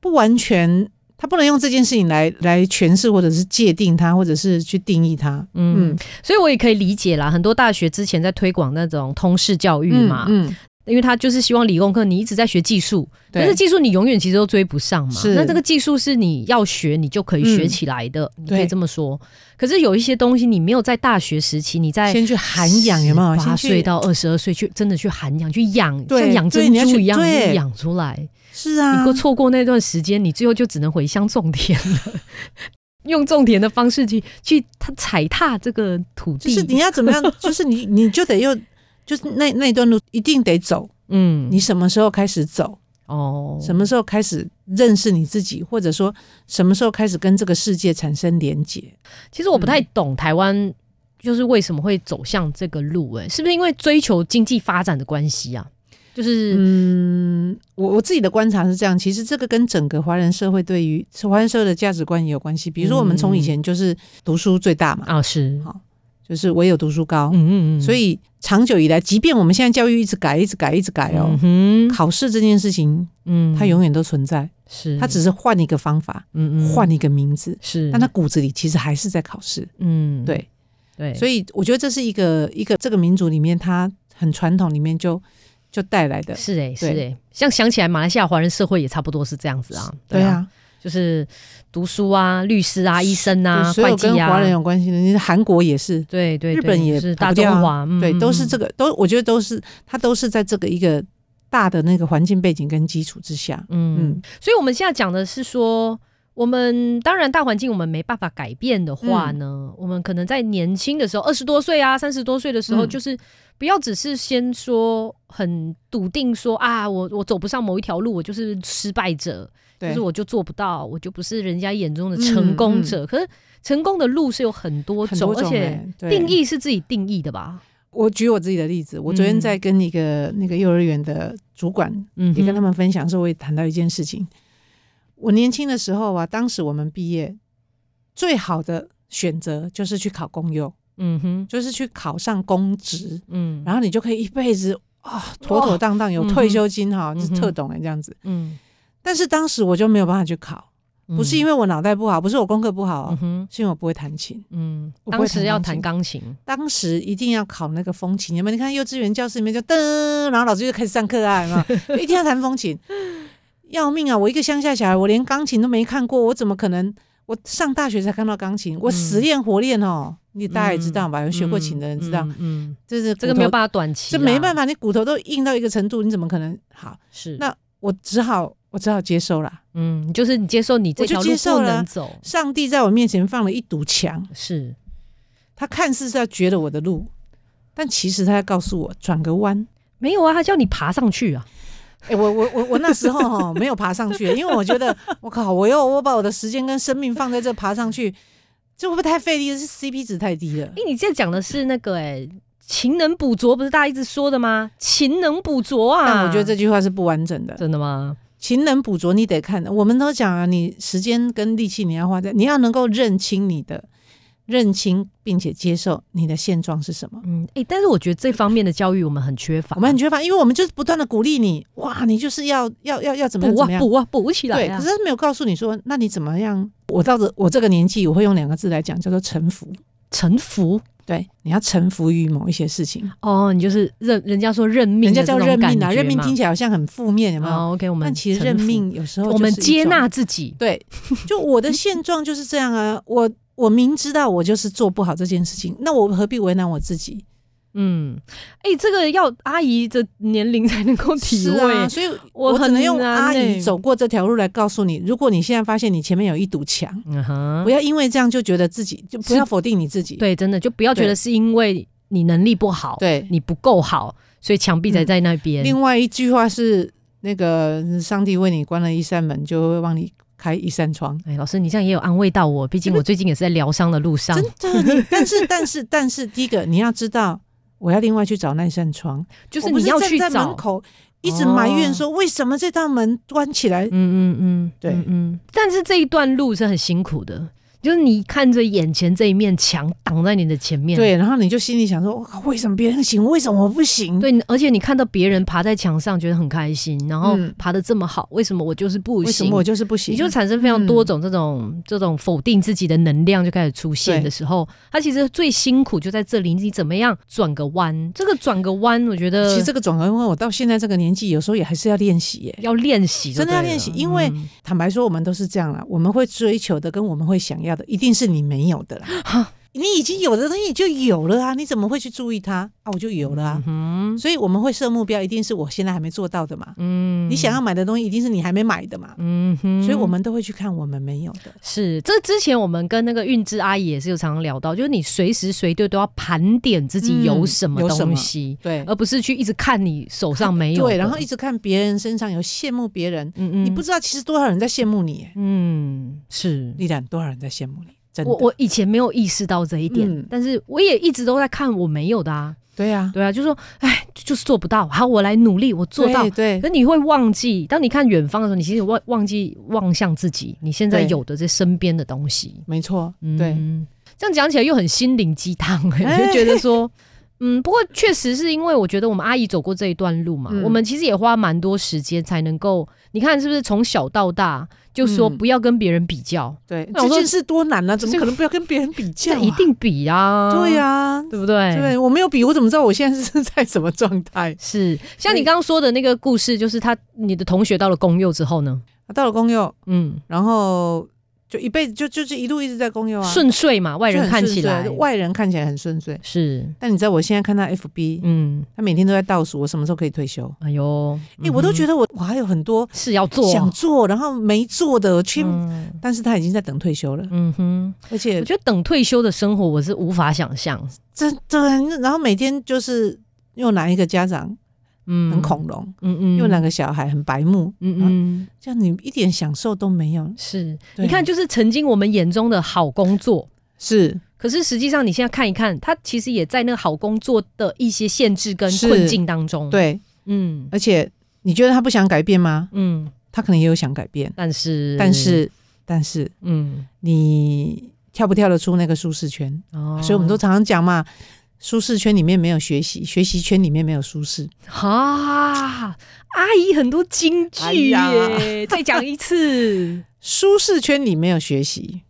D: 不完全，他不能用这件事情来来诠释或者是界定它，或者是去定义它。
C: 嗯，
D: 嗯，
C: 所以我也可以理解啦，很多大学之前在推广那种通识教育嘛，
D: 嗯，嗯
C: 因为他就是希望理工科你一直在学技术，可
D: 对
C: 是，技术你永远其实都追不上嘛。
D: 是嗯
C: 那这个技术是你要学，你就可以学起来的，你可以
D: 对
C: 这么说。可是有一些东西你没有在大学时期，你在
D: 先去涵养有没
C: 八
D: 有？先去
C: 岁到二十二岁去真的去涵养，去养，
D: 对
C: 像养珍
D: 对你要去
C: 珠一样
D: 对
C: 去养出来。
D: 是
C: 你
D: 啊
C: 过，错过那段时间，你最后就只能回乡种田了。 用种田的方式去去踏踩踏这个土
D: 就
C: 地，
D: 是你要怎么样？ 就是你你就得又就是那那一段路一定得走。
C: 嗯
D: 你什么时候开始走？
C: 哦
D: 什么时候开始认识你自己？或者说什么时候开始跟这个世界产生连接？
C: 其实我不太
D: 嗯
C: 懂台湾就是为什么会走向这个路、欸，是不是因为追求经济发展的关系啊？就是
D: 嗯，我我自己的观察是这样，其实这个跟整个华人社会对于华人社会的价值观也有关系。比如说，我们从以前就是读书最大嘛，
C: 嗯啊，是，
D: 好就是唯有读书高，
C: 嗯嗯嗯，
D: 所以长久以来，即便我们现在教育一直改、一直改、一直改哦，
C: 嗯哼，
D: 考试这件事情
C: 嗯
D: 它永远都存在，
C: 是，
D: 它只是换一个方法，
C: 嗯
D: 换一个名字，
C: 是，
D: 但它骨子里其实还是在考试。
C: 嗯
D: 对，
C: 对，
D: 所以我觉得这是一个一个这个民族里面，它很传统里面就就带来的。
C: 是哎、是哎、
D: 对
C: 像想起来马来西亚华人社会也差不多是这样子啊，
D: 对啊，
C: 就是读书啊、律师啊、医生啊、
D: 就所
C: 会
D: 有
C: 计
D: 跟华
C: 啊，
D: 人有关系的，你韩国也是，
C: 对对对，
D: 日本也
C: 是
D: 跑
C: 大
D: 不
C: 中
D: 掉啊
C: 华，嗯
D: 对，都是这
C: 个，
D: 个，都我觉得都是，它都是在这个一个大的那个环境背景跟基础之下，
C: 嗯
D: 嗯，
C: 所以我们现在讲的是说，我们当然大环境我们没办法改变的话
D: 嗯
C: 呢，我们可能在年轻的时候，二十多岁啊、三十多岁的时候，
D: 嗯
C: 就是不要只是先说很笃定说啊，我我走不上某一条路，我就是失败者，就
D: 对，
C: 是我就做不到，我就不是人家眼中的成功者。可是成功的路是有很多
D: 嗯很
C: 种，
D: 多
C: 而
D: 种
C: 且
D: 欸
C: 定。
D: 对
C: 义是自己定义的吧？
D: 我举我自己的例子，我昨天
C: 嗯
D: 在跟一个那个幼儿园的主管
C: 嗯哼，
D: 也跟他们分享的时候，我也谈到一件事情。我年轻的时候啊，当时我们毕业最好的选择就是去考公幼，
C: 嗯哼，
D: 就是去考上公职，
C: 嗯，
D: 然后你就可以一辈子啊、妥妥当当有
C: 嗯哼
D: 退休金哈，
C: 嗯
D: 是
C: 哼
D: 特懂哎这样子。
C: 嗯，
D: 但是当时我就没有办法去考，不是因
C: 为，
D: 为我脑袋不好，不是我功课不好、哦
C: 嗯哼，
D: 是因为我不会弹琴。
C: 嗯，
D: 我不
C: 当
D: 会
C: 时
D: 弹
C: 要
D: 钢
C: 弹
D: 琴嗯
C: 钢琴，
D: 当时一定要考那个风 琴，有没有？你看幼稚园教室里面就噔，然后老师就开始上课啊，有没有？一定要弹风琴。要命啊！我一个乡下小孩，我连钢琴都没看过，我怎么可能？我上大学才看到钢
C: 嗯
D: 琴，我死练活练哦。你大家也知道吧？有学过琴的人知道，
C: 嗯，嗯，嗯
D: 就是
C: 这个没有
D: 法，
C: 办法啊短期
D: 这
C: 啦，
D: 没办
C: 法，
D: 法，你骨头都硬到一个程度，你怎么可能好？
C: 是
D: 那我只好，我只好接受啦。
C: 嗯，就是你接受你这条
D: 我就
C: 路
D: 接受
C: 不
D: 了啊
C: 能走，
D: 上帝在我面前放了一堵墙，
C: 是
D: 他看似是要绝了我的路，但其实他在告诉我转个弯。
C: 没有啊，他叫你爬上去啊，
D: 哎、我我我我那时 候哈没有爬上去，因为我觉得 我靠，我又我把我的时间跟生命放在这爬上去，这会不会太费力了？是 CP 值太低了。
C: 哎，你这讲的是那个哎、勤能补拙，不是大家一直说的吗？勤能补拙啊，
D: 但我觉得这句话是不完整的。
C: 真的吗？
D: 勤能补拙，你得看。我们都讲啊，你时间跟力气你要花在，你要能够认清你的，认清并且接受你的现状是什么。
C: 嗯，哎、但是我觉得这方面的教育我们很缺乏，
D: 我们很缺乏，因为我们就是不断的鼓励你，哇，
C: 嗯
D: 你就是要要要要怎么样
C: 补
D: 怎
C: 啊
D: 么样。
C: 补啊补起来、
D: 对，
C: 啊，
D: 可是他没有告诉你说，那你怎么样？我到这我这个年纪，我会用两个字来讲，叫做臣服。
C: 臣服
D: 对，你要臣服于某一些事情，
C: 哦，你就是认人家说认命
D: 人
C: 的
D: 家
C: 这
D: 叫
C: 种感觉
D: 认
C: 嘛，
D: 命啊，认命听起来好像很负面，有没有？
C: 哦，OK，我们
D: 但其实
C: 臣
D: 认
C: 服，
D: 命有时候
C: 我们
D: 就是一
C: 接
D: 种
C: 纳自己，
D: 对，就 我的现状就是这样啊。我我明知道我就是做不好这件事情，那我何必为难我自己？
C: 嗯，哎、这个要阿姨的年龄才能够体
D: 是
C: 会，
D: 啊，所以
C: 我
D: 我只能用
C: 很难
D: 阿
C: 欸
D: 姨走过这条路来告诉你：如果你现在发现你前面有一堵墙，
C: 嗯哼
D: 不，要因为这样就觉得自己就不
C: 是
D: 要否定你自己。
C: 对，真的就不要觉得
D: 对
C: 是因为你能力不好，
D: 对，嗯
C: 你不够好，所以墙壁才在那边。
D: 另外一句话是那个上帝为你关了一扇门，就会帮你开一扇窗。
C: 哎，老师，你这样也有安慰到我，毕竟我最近也是在疗伤的路上
D: 真。的，你但是 但是但是，第一个你要知道，我要另外去找那扇窗。
C: 就是
D: 我不
C: 你要去
D: 站在
C: 找哦
D: 门，口一直埋怨说为什么这道门关起来？
C: 嗯嗯嗯，
D: 对
C: 嗯嗯。但是这一段路是很辛苦的，就是你看着眼前这一面墙挡在你的前面，
D: 对，然后你就心里想说，我靠，为什么别人行，为什么我不行？
C: 对，而且你看到别人爬在墙上觉得很开心，然后
D: 嗯
C: 爬的这么好，为什么我就是不
D: 为什
C: 行？
D: 么我就是不行？
C: 你就产生非常多种这种、这种否定自己的能量就开始出现
D: 对
C: 的时候，他其实最辛苦就在这里，你怎么样转个弯？这个转个弯，我觉得
D: 其实这个转弯，我到现在这个年纪，有时候也还是要练习耶。
C: 要练习就对了，
D: 真的要练习因为
C: 嗯
D: 坦白说，我们都是这样啦，我们会追求的跟我们会想要的，一定是你没有的啦。你已经有的东西你就有了啊，你怎么会去注意它啊？我就有了啊，
C: 嗯
D: 所以我们会设目标，一定是我现在还没做到的嘛。
C: 嗯
D: 你想要买的东西，一定是你还没买的嘛。
C: 嗯哼
D: 所以我们都会去看我们没有的。
C: 是这之前我们跟那个韵之阿姨也是有常常聊到，就是你随时随地都要盘点自己有
D: 嗯
C: 什么
D: 有什么
C: 东西，
D: 对
C: 而不是去一直看你手上没有的，
D: 呃对，然后一直看别人身上有羡慕别人，
C: 嗯嗯，
D: 你不知道其实多少人在羡慕你耶，
C: 嗯是
D: 丽兰多少人在羡慕你，真的，
C: 我我以前没有意识到这一点，
D: 嗯
C: 但是我也一直都在看我没有的啊，
D: 对啊，
C: 对啊，就说哎，就是做不到，好，我来努力，我做到
D: 对。对
C: 可你会忘记，当你看远方的时候，你其实忘忘记望向自己，你现在
D: 对
C: 有的这身边的东西。
D: 没错，
C: 嗯，
D: 对，，
C: 这样讲起来又很心灵鸡汤、欸，
D: 哎
C: 就觉得说。嗯，不过确实是因为我觉得我们阿姨走过这一段路嘛，
D: 嗯
C: 我们其实也花蛮多时间才能够，你看是不是从小到大就说
D: 嗯
C: 不要跟别人比较，
D: 对，
C: 那我
D: 这
C: 说
D: 件事多难啊，怎么可能不要跟别人比
C: 这
D: 较啊？
C: 一定比啊，
D: 对呀，
C: 对不对？
D: 对，我没有比，我怎么知道我现在是在什么状态？
C: 是像
D: 所
C: 你
D: 以
C: 刚刚说的那个故事，就是他你的同学到了公幼之后呢，
D: 啊到了公幼，
C: 嗯，
D: 然后就一辈子就就是一路一直在公幼啊，
C: 顺遂嘛，外
D: 就
C: 人
D: 很
C: 看
D: 顺
C: 起
D: 遂
C: 来
D: 外人看起来很顺遂，
C: 是，
D: 但你知道我现在看他 FB，
C: 嗯，
D: 他每天都在倒数，我什么时候可以退休？
C: 哎呦，
D: 哎，我都觉
C: 得
D: 得我我还有很多
C: 是要做，
D: 想做，然后没做的，去，
C: 嗯
D: 但是他已经在等退休了，
C: 嗯哼，
D: 而
C: 我
D: 且
C: 觉得等退休的生活我是无法想象，
D: 真的，然后每天就是又哪一个家长
C: 嗯，
D: 很，恐龙，
C: 嗯嗯，
D: 又哪
C: 个，
D: 个小孩很白目，
C: 嗯嗯，
D: 这样你一点享受都没有。
C: 是，
D: 对
C: 你看，就是曾经我们眼中的好工作。
D: 是
C: 可是实际上，你现在看一看，他其实也在那个好工作的一些限制跟
D: 是
C: 困境当中。，
D: 对，
C: 嗯
D: 而且你觉得他不想改变吗？
C: 嗯，
D: 他可能也有想改变，
C: 但是
D: 但是但是
C: 嗯，
D: 你跳不跳得出那个舒适圈？
C: 哦
D: 嗯所以我们都常常讲嘛，舒适圈里面没有学习，学习圈里面没有舒适。
C: 啊，阿姨很多金
D: 哎
C: 句耶，
D: 呀
C: 再讲一 次，
D: 舒适圈里没有学习，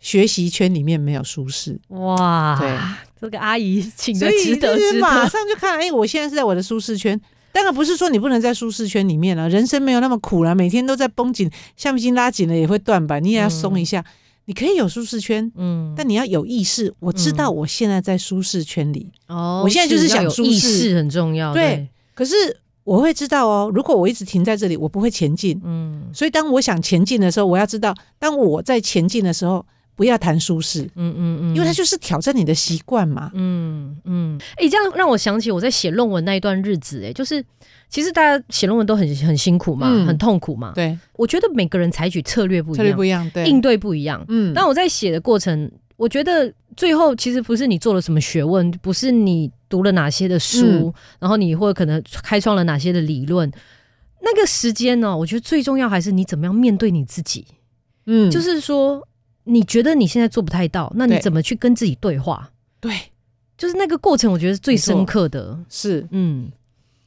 D: 学习圈里面没有舒适，
C: 哇，
D: 对，
C: 这个阿姨请
D: 所
C: 的
D: 以
C: 值得
D: 就是
C: 值
D: 马
C: 得，
D: 上就看，哎，我现在是在我的舒适圈，当然不是说你不能在舒适圈里面了、人生没有那么苦了、每天都在绷紧，橡皮筋拉紧了也会断吧，你也要松一下。你可以有舒适圈，
C: 嗯，
D: 但你要有意识。我知道我现在在舒适圈里，
C: 哦
D: 我现在就是
C: 要
D: 想
C: 有
D: 舒
C: 意
D: 适
C: 识很重要，
D: 对，可是我会知道哦，如果我一直停在这里，我不会前进。
C: 嗯
D: 所以当我想前进的时候，我要知道，当我在前进的时候，不要谈舒适，
C: 嗯嗯嗯，
D: 因为它就是挑战你的习惯嘛。
C: 嗯嗯，哎、这样让我想起我在写论文那一段日子、诶，哎，就是其实大家写论文都很很辛苦嘛，
D: 嗯
C: 很痛苦嘛。
D: 对，
C: 我觉得每个人采取策略不一
D: 策略不
C: 样，
D: 一样，对，
C: 应对不一样。
D: 嗯
C: 但我在写的过程，我觉得最后其实不是你做了什么学问，不是你读了哪些的书，
D: 嗯
C: 然后你或者可能开创了哪些的理论。那个时间呢、我觉得最重要还是你怎么样面对你自己。
D: 嗯
C: 就是说，你觉得你现在做不太到，那你
D: 对
C: 怎么去跟自己对话？
D: 对，
C: 就是那个过程，我觉得是最
D: 没错
C: 深刻的。
D: 是
C: 嗯，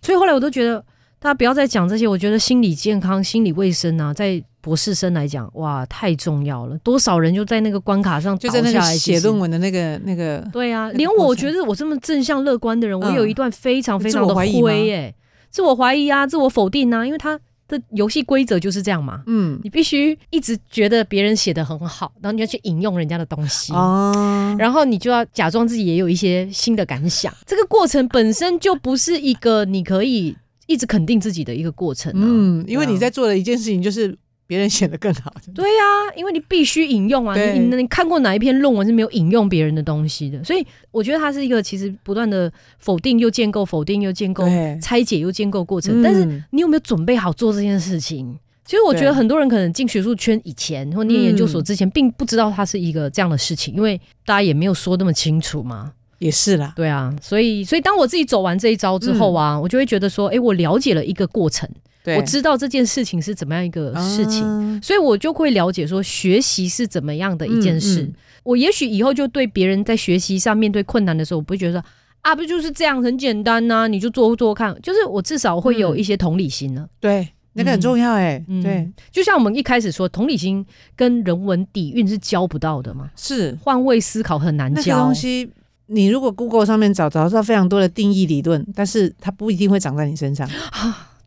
C: 所以后来我都觉得，大家不要再讲这些。我觉得心理健康、心理卫生啊，在博士生来讲，哇，太重要了。多少人就在那个关卡上
D: 就在那
C: 倒
D: 个
C: 下来
D: 写论
C: 文。
D: 文的那个那个，
C: 对啊，
D: 那个
C: 连
D: 过
C: 我
D: 程
C: 觉得我这么正向乐观的人，我
D: 嗯
C: 有一段非常非常
D: 自
C: 的
D: 我怀疑吗
C: 灰哎、自我怀疑啊，自我否定啊，因为他的游戏规则就是这样嘛。
D: 嗯
C: 你必须一直觉得别人写的很好，然后你要去引用人家的东西
D: 哦，
C: 嗯然后你就要假装自己也有一些新的感 想。这个过程本身就不是一个你可以一直肯定自己的一个过程、啊。
D: 嗯，因为
C: 对啊
D: 你在做的一件事情就是别人写的更好，
C: 对呀、因为你必须引用啊，
D: 对
C: 你你你看过哪一篇论文是没有引用别人的东西的？所以我觉得它是一个其实不断的否定又建构，否定又建构，
D: 对
C: 拆解又建构过程。但是
D: 嗯
C: 你有没有准备好做这件事情？其实我觉得
D: 对嗯
C: 很多人可能进学术圈以前或念研究所之前，并不知道它是一个这样的事情，因为大家也没有说那么清楚嘛。
D: 也是啦，
C: 对啊，所以所以当我自己走完这一招之后啊，我就会觉得说，哎、我了解了一个过程，
D: 嗯对
C: 我知道这件事情是怎么样一个事情，
D: 啊
C: 所以我就会了解说，学习是怎么样的一件事。
D: 嗯嗯
C: 我也许以后就对别人在学习上面对困难的时候，我不会觉得说啊，不就是这样，很简单呐、你就做做看。就是我至少会
D: 嗯
C: 有一些同理心了。
D: 对，那个很重要哎，
C: 嗯
D: 对，
C: 就像我们一开始说，同理心跟人文底蕴是教不到的嘛，
D: 是
C: 换位思考很难
D: 那个
C: 教。
D: 东西。你如果 Google 上面找找到非常多的定义理论，但是它不一定会长在你 身上。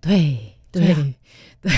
C: 对对
D: 对
C: 对
D: 啊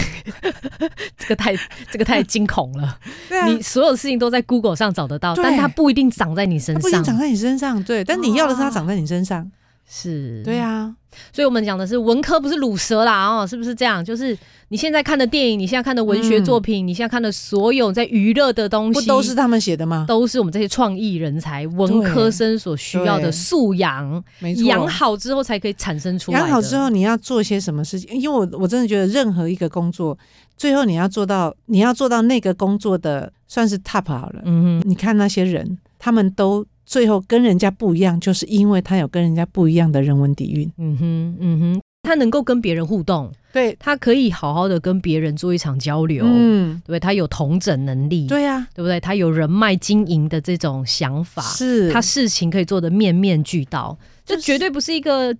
C: 这个太这个太惊恐了。
D: 对啊，
C: 你所有事情都在 Google 上找得到，
D: 对
C: 但它不一定长在你身
D: 它不一
C: 上。
D: 定
C: 哦
D: 长在你身上，对，但你要的是它长在你身上。
C: 是，
D: 对。啊，
C: 所以我们讲的是文科不是鲁蛇啦，哦，是不是这样？就是你现在看的电影，你现在看的文学作品，你现在看的所有在娱乐的东
D: 嗯不
C: 西，
D: 都是他们写的吗？
C: 都是我们这些创意人才、文科生所需要的
D: 对
C: 素养，
D: 没错，
C: 养好之后才可以产生出来的。
D: 养好之后，你要做些什么事情？因为我我真的觉得任何一个工作，最后你要做到，你要做到那个工作的算是 top 好了。
C: 嗯哼，
D: 你看那些人，他们都最后跟人家不一样，就是因为他有跟人家不一样的人文底蕴。
C: 嗯哼，嗯哼，他能够跟别人互动，
D: 对，
C: 他可以好好的跟别人做一场交流，
D: 嗯，
C: 对不对？他有同整能力，
D: 对啊呀、
C: 对不对？他有人脉经营的这种想法，
D: 是
C: 他事情可以做得面面俱到，这
D: 就是
C: 绝对不是一个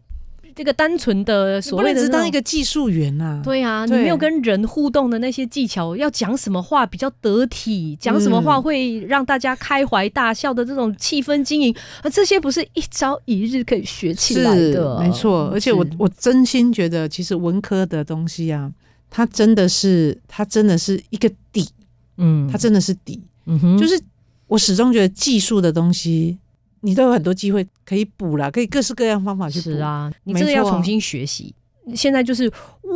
C: 这个单纯的
D: 你
C: 所
D: 不
C: 谓
D: 能
C: 的
D: 只
C: 那
D: 当
C: 种
D: 一。个技术员啊。
C: 对啊，你
D: 对
C: 没有跟人互动的那些技巧，要讲什么话比较得体，讲什么话
D: 嗯
C: 会让大家开怀大笑的这种气氛经营，啊，这些不是一朝一日可以学起来的，
D: 没错。而且我
C: 是
D: 我真心觉得，其实文科的东西啊，它真的是它真的是一个底，
C: 嗯，
D: 它真的是底。
C: 嗯哼，
D: 就是我始终觉得技术的东西，你都有很多机会可以补啦，可以各式各样方法去补。
C: 是，啊，你
D: 没
C: 这个要
D: 错啊
C: 重新学习。现在就是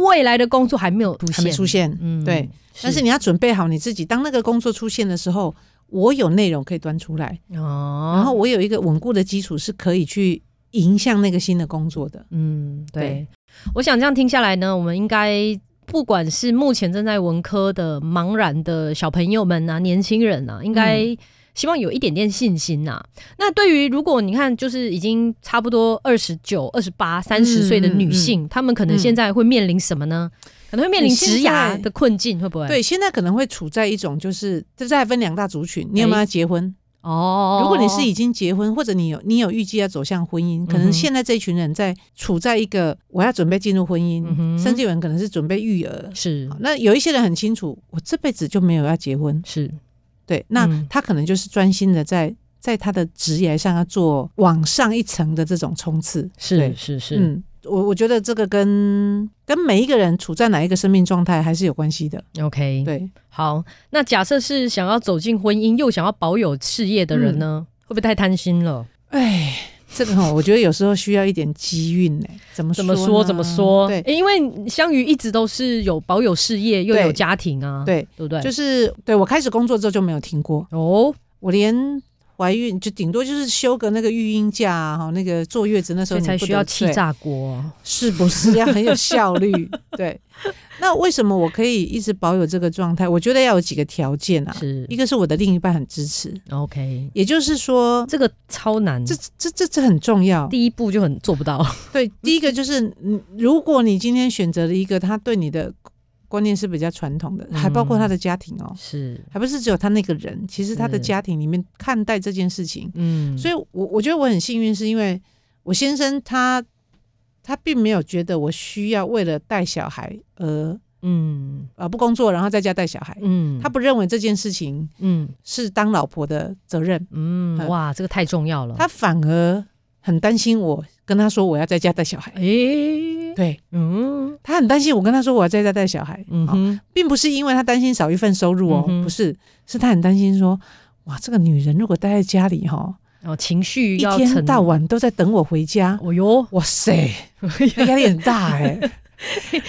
C: 未来的工作还没有出
D: 还
C: 现，
D: 没出现。
C: 嗯
D: 对，但是你要准备好你自己，当那个工作出现的时候，我有内容可以端出来，
C: 哦，
D: 然后我有一个稳固的基础是可以去迎向那个新的工作的。
C: 嗯，对，
D: 对
C: 我想这样听下来呢，我们应该。不管是目前正在文科的茫然的小朋友们啊，年轻人啊，应该
D: 嗯
C: 希望有一点点信心呐、那对于如果你看，就是已经差不多二十九、二十八、三十岁
D: 嗯
C: 的女性，她、们可能现在会面临什么呢？可能会面临
D: 你嗯现
C: 职涯
D: 在
C: 的困境，会不会？
D: 对，现在可能会处在一种就是，这再分两大族群，你有没
C: 哎
D: 有要结婚？
C: 哦，
D: 如果你是已经结婚，或者你有你有预计要走向婚姻，可
C: 嗯哼
D: 能现在这群人在处在一个我要准备进入婚姻，
C: 嗯哼
D: 甚至有人可能是准备育儿。
C: 是
D: 好那有一些人很清楚，我这辈子就没有要结婚，
C: 是
D: 对，那
C: 嗯
D: 他可能就是专心的在在他的职业上要做往上一层的这种冲刺。
C: 是
D: 对
C: 是是，
D: 嗯，我我觉得这个跟跟每一个人处在哪一个生命状态还是有关系的。
C: OK，
D: 嗯对，
C: 好，那假设是想要走进婚姻又想要保有事业的人
D: 嗯
C: 呢，会不会太贪心了？
D: 哎，这个哈，我觉得有时候需要一点机运呢。怎么
C: 怎么
D: 说
C: 说？
D: 呢
C: 怎么说？哎
D: 对
C: 诶因为香鱼一直都是有保有事业又
D: 对
C: 有家庭啊，
D: 对，
C: 对不对？
D: 就是对我开始工作之后就没有停过，
C: 哦，
D: 我连怀孕就顶多就是休个那个育婴假啊，哈，那个坐月子那时
C: 所
D: 候
C: 以
D: 你
C: 才
D: 不
C: 需
D: 得
C: 要气
D: 对
C: 炸锅啊。
D: 是不是要很有效率？对， 那为什么我可以一直保有这个状态？我觉得要有几个条件啊，
C: 是
D: 一个是我的另一半很支持，
C: OK，
D: 也就是说，
C: 这个超难，
D: 这这这这很重要。
C: 第一步就很做不 到。
D: 对，第一个就是，嗯如果你今天选择了一个他对你的观念是比较传统的，还包
C: 嗯
D: 括他的家庭哦，
C: 是，
D: 还不是只有他那个人，其实他的
C: 是
D: 家庭里面看待这件事情，
C: 嗯，
D: 所
C: 以
D: 以我我觉得我很幸运，是因为我先生他他并没有觉得我需要为了带小孩而
C: 嗯
D: 呃不工作，然后在家带小孩，
C: 嗯，
D: 他不认为这件事情
C: 嗯
D: 是当老婆的责任，
C: 嗯，
D: 嗯
C: 哇，这个太重要了。
D: 他反而很担心我跟他说我要在家带小
C: 哎
D: 孩，
C: 诶，
D: 对
C: 嗯
D: 他很担心我跟他说我要在家带小孩，
C: 嗯
D: 嗯、
C: 哼，
D: 并不是因为他担心少一份收入哦，
C: 嗯哼
D: 不是，是他很担心说。哇，这个女人如果待在家里哈、哦，
C: 然后情绪
D: 一
C: 要
D: 天
C: 沉
D: 到晚都在等我 回家，
C: 哦哟，
D: 哇塞，那压力很大 哎、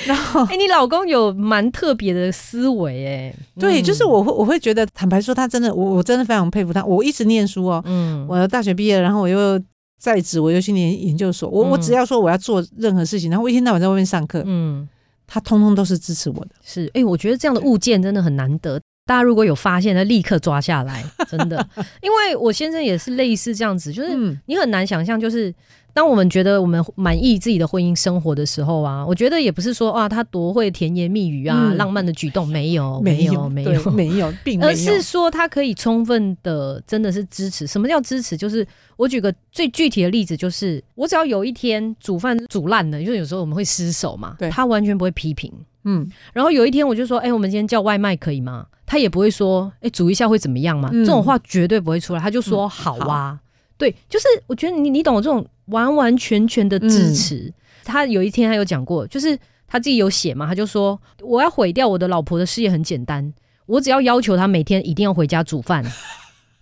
D: 然后
C: 哎、你老公有蛮特别的思维哎、
D: 对，
C: 嗯
D: 就是，我会我会觉得，坦白说，他真的，我我真的非常佩服他。我一直念书哦，
C: 嗯，
D: 我大学毕业，然后我又在职，我又去念研究所。我我
C: 嗯
D: 只要说我要做任何事情，然后我一天到晚在外面上课，
C: 嗯，
D: 他通通都是支持我的。
C: 是，哎、我觉得这样的物件真的很难得。大家如果有发现，那立刻抓下来，真 的，因为我先生也是类似这样子，就是
D: 嗯，
C: 你很难想象，就是当我们觉得我们满意自己的婚姻生活的时候啊，我觉得也不是说啊，他多会甜言蜜语啊，
D: 嗯
C: 浪漫的举动没有，
D: 没
C: 有，
D: 有
C: 哦没
D: 对
C: 有，
D: 没有， 并没
C: 而
D: 有
C: 是。说他可以充分的真的是支持。什么叫支持？就是我举个最具体的例子，就是我只要有一天煮饭煮烂了，因为有时候我们会失手嘛，
D: 对
C: 他完全不会批评。
D: 嗯，
C: 然后有一天我就说，哎、我们今天叫外卖可以吗？他也不会说，哎、煮一下会怎么样嘛？
D: 嗯
C: 这种话绝对不会出来，他就说、
D: 嗯
C: 好啊。对，就是我觉得你你懂我这种完完全全的支持。他有一天他有讲过，就是他自己有写嘛，他就说我要毁掉我的老婆的事业很简单，我只要要求她每天一定要回家煮饭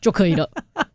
C: 就可以了，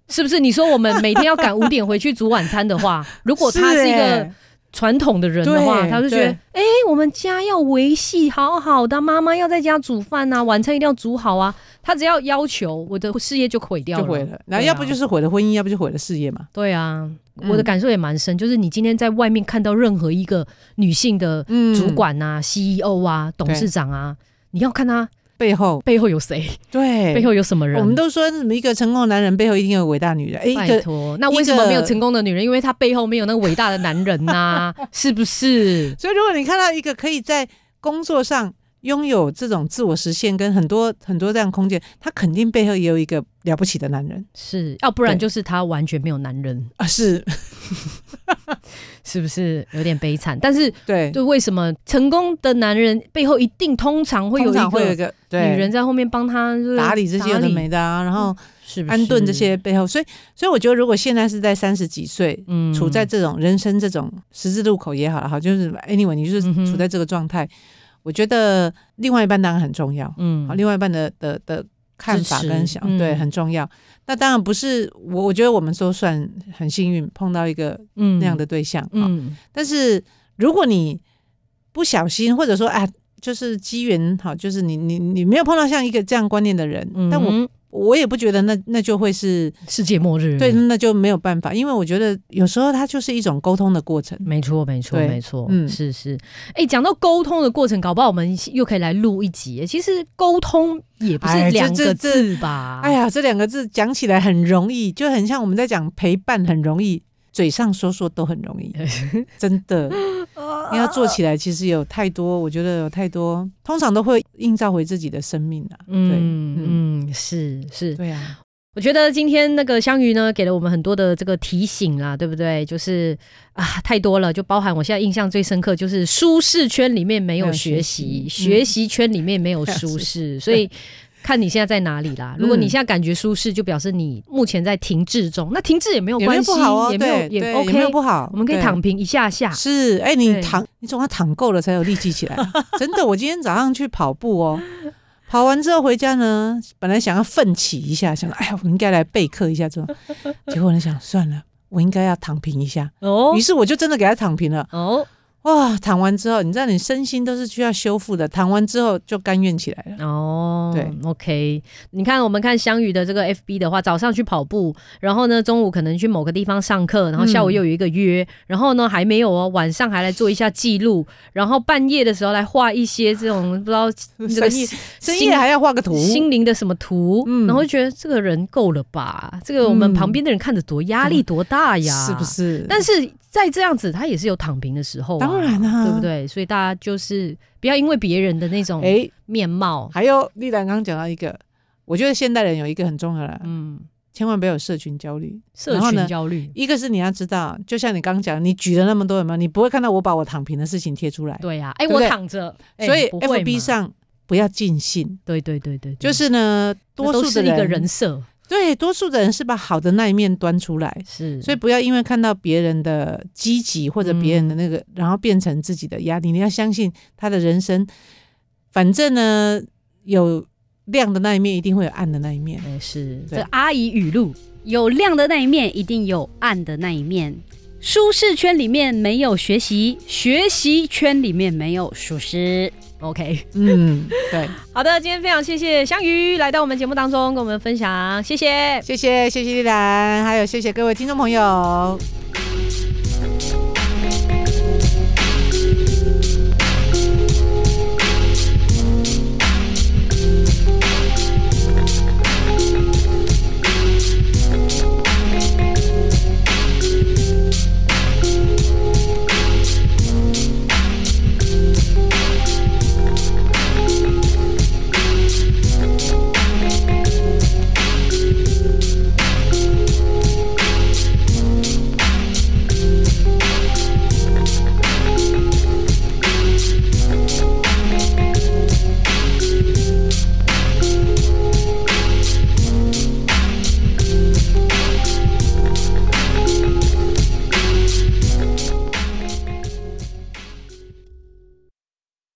C: 是不是？你说我们每天要赶五点回去煮晚餐的话，如果他是一个
D: 欸
C: 传统的人的话，
D: 对
C: 他就觉得，
D: 对
C: 哎、我们家要维系好好的，妈妈要在家煮饭啊，晚餐一定要煮好啊。他只要要求，我的事业就毁掉了，啊
D: 就毁了，然后要不就是毁了婚姻，要不就毁了事业嘛。
C: 对啊。
D: 嗯
C: 我的感受也蛮深，就是你今天在外面看到任何一个女性的
D: 嗯
C: 主管啊、CEO 啊、董事长啊，你要看她
D: 背后，
C: 背后有谁，
D: 对
C: 背后有什么人。
D: 我们都说什么一个成功的男人背后一定有伟大女人，哎，一
C: 拜
D: 个
C: 托，那为什么没有成功的女人？因为她背后没有那个伟大的男人 呐、是不是？
D: 所以，如果你看到一个可以在工作上拥有这种自我实现跟很多很多这样空间，他肯定背后也有一个了不起的男人
C: 是，要不然
D: 对
C: 就是她完全没有男人。
D: 啊，是
C: 是不是有点悲惨？但是，
D: 对，
C: 就为什么成功的男人背后一定通常会有
D: 通
C: 一
D: 常会有一
C: 个
D: 个
C: 女
D: 对
C: 人在后面帮他就是
D: 打理这些有的没的啊，然后
C: 是嗯不是
D: 安顿这些背后，所以，所以我觉得，如果现在是在三十几岁。
C: 嗯
D: 处在这种人生这种十字路口也好了，哈，就是 anyway，你就是
C: 嗯哼
D: 处在这个状态，我觉得另外一半当然很重要，
C: 嗯
D: 好，另外一半的的的看法
C: 支持
D: 跟想、
C: 嗯
D: 对很重要。那当然不是我，我觉得我们都算很幸运碰到一个
C: 嗯
D: 那样的对象啊、
C: 嗯
D: 但是如果你不小心，或者说啊，就是机缘好，就是你你你没有碰到像一个这样观念的人，
C: 嗯，
D: 但我
C: 嗯
D: 我也不觉得那那就会是
C: 世界末日
D: 对，，那就没有办法，因为我觉得有时候它就是一种沟通的过程。
C: 没错没错
D: 对
C: 没错，
D: 嗯
C: 是是。哎，讲到沟通的过程，搞不好我们又可以来录一集。其实沟通也不
D: 哎
C: 是
D: 这
C: 两个
D: 这这
C: 字吧？
D: 哎，呀，这两个字讲起来很容易，就很像我们在讲陪伴，很容易，嘴上说说都很容 易，真的。你要做起来，其实有太多，我觉得有太多，通常都会映照回自己的生命啊。嗯
C: 嗯嗯，是是
D: 嗯，。对啊，
C: 我觉得今天那个香鱼呢，给了我们很多的这个提醒啦，对不对？就是啊，太多了，就包含我现在印象最深刻，就是舒适圈里面没有学习，
D: 嗯没有学习
C: 学习圈里面没有舒适，所以看你现在在哪里啦。如果
D: 嗯
C: 你现在感觉舒适，就表示你目前在停滞中。那停滞也没有
D: 也没
C: 关
D: 有
C: 系
D: 不好哦，，
C: 也没有
D: 对对
C: 也
D: 也没有
C: OK，
D: 不好，
C: 我们可以
D: 对啊
C: 躺平一下下。
D: 是，哎、
C: 啊对
D: 你躺，你总要躺够了才有力 气起来。真的，我今天早上去跑步哦，跑完之后回家呢，本来想要奋起一下，想哎呀，我应该来备课一 下这种，结果呢想算了，我应该要躺平一下。
C: 哦
D: 于是我就真的给他躺平了。
C: 哦
D: 哇，躺完之后，你知道你身心都是需要修复的，躺完之后就甘愿起来了。
C: 哦，
D: 对
C: ，OK。你看，我们看香鱼的这个 FB 的话，早上去跑步，然后呢，中午可能去某个地方上课，然后下午又有一个约，然后呢还没有哦，晚上还来做一下记录，然后半夜的时候来画一些这种不知 道这个
D: 深夜，深
C: 心
D: 夜还要画个图，
C: 心灵的什么图，
D: 嗯
C: 然后就觉得这个人够了吧？这个我们
D: 嗯
C: 旁边的人看着多压力多大哎呀，
D: 是不？是？
C: 但是在这样子，他也是有躺平的时候、啊，
D: 当然啊
C: 对不对？所以大家就是不要因为别人的那种
D: 哎、
C: 面貌，
D: 还有丽兰刚刚讲到一个，我觉得现代人有一个很重要的，
C: 嗯，
D: 千万不要有社群焦虑。
C: 社
D: 然后
C: 群
D: 呢
C: 焦虑，
D: 一个是你要知道，就像你刚刚讲，你举了那么多有没有？你不会看到我把我躺平的事情贴出来，
C: 对呀、哎、
D: 对不啊
C: 我
D: 对
C: 躺着，哎
D: 所以
C: 不会
D: F B
C: 嘛
D: 上不要尽信，
C: 对对对对，对
D: 就是呢，
C: 那
D: 多数
C: 都是
D: 的
C: 一个人设，
D: 对多数的人是把好的那一面端出来，
C: 是，
D: 所以不要因为看到别人的积极或者别人的那
C: 嗯
D: 个，然后变成自己的压力。你要相信他的人生，反正呢有亮的那一面，一定会有暗的那一面。
C: 哎、是
D: 对
C: 这阿姨语录，
E: 有亮的那一面，一定有暗的那一面。舒适圈里面没有学习，学习圈里面没有舒适。
C: OK，
D: 嗯，对，
C: 好的，今天非常谢谢香鱼来到我们节目当中跟我们分享，谢谢。
D: 谢谢谢谢丽兰，还有谢谢各位听众朋友。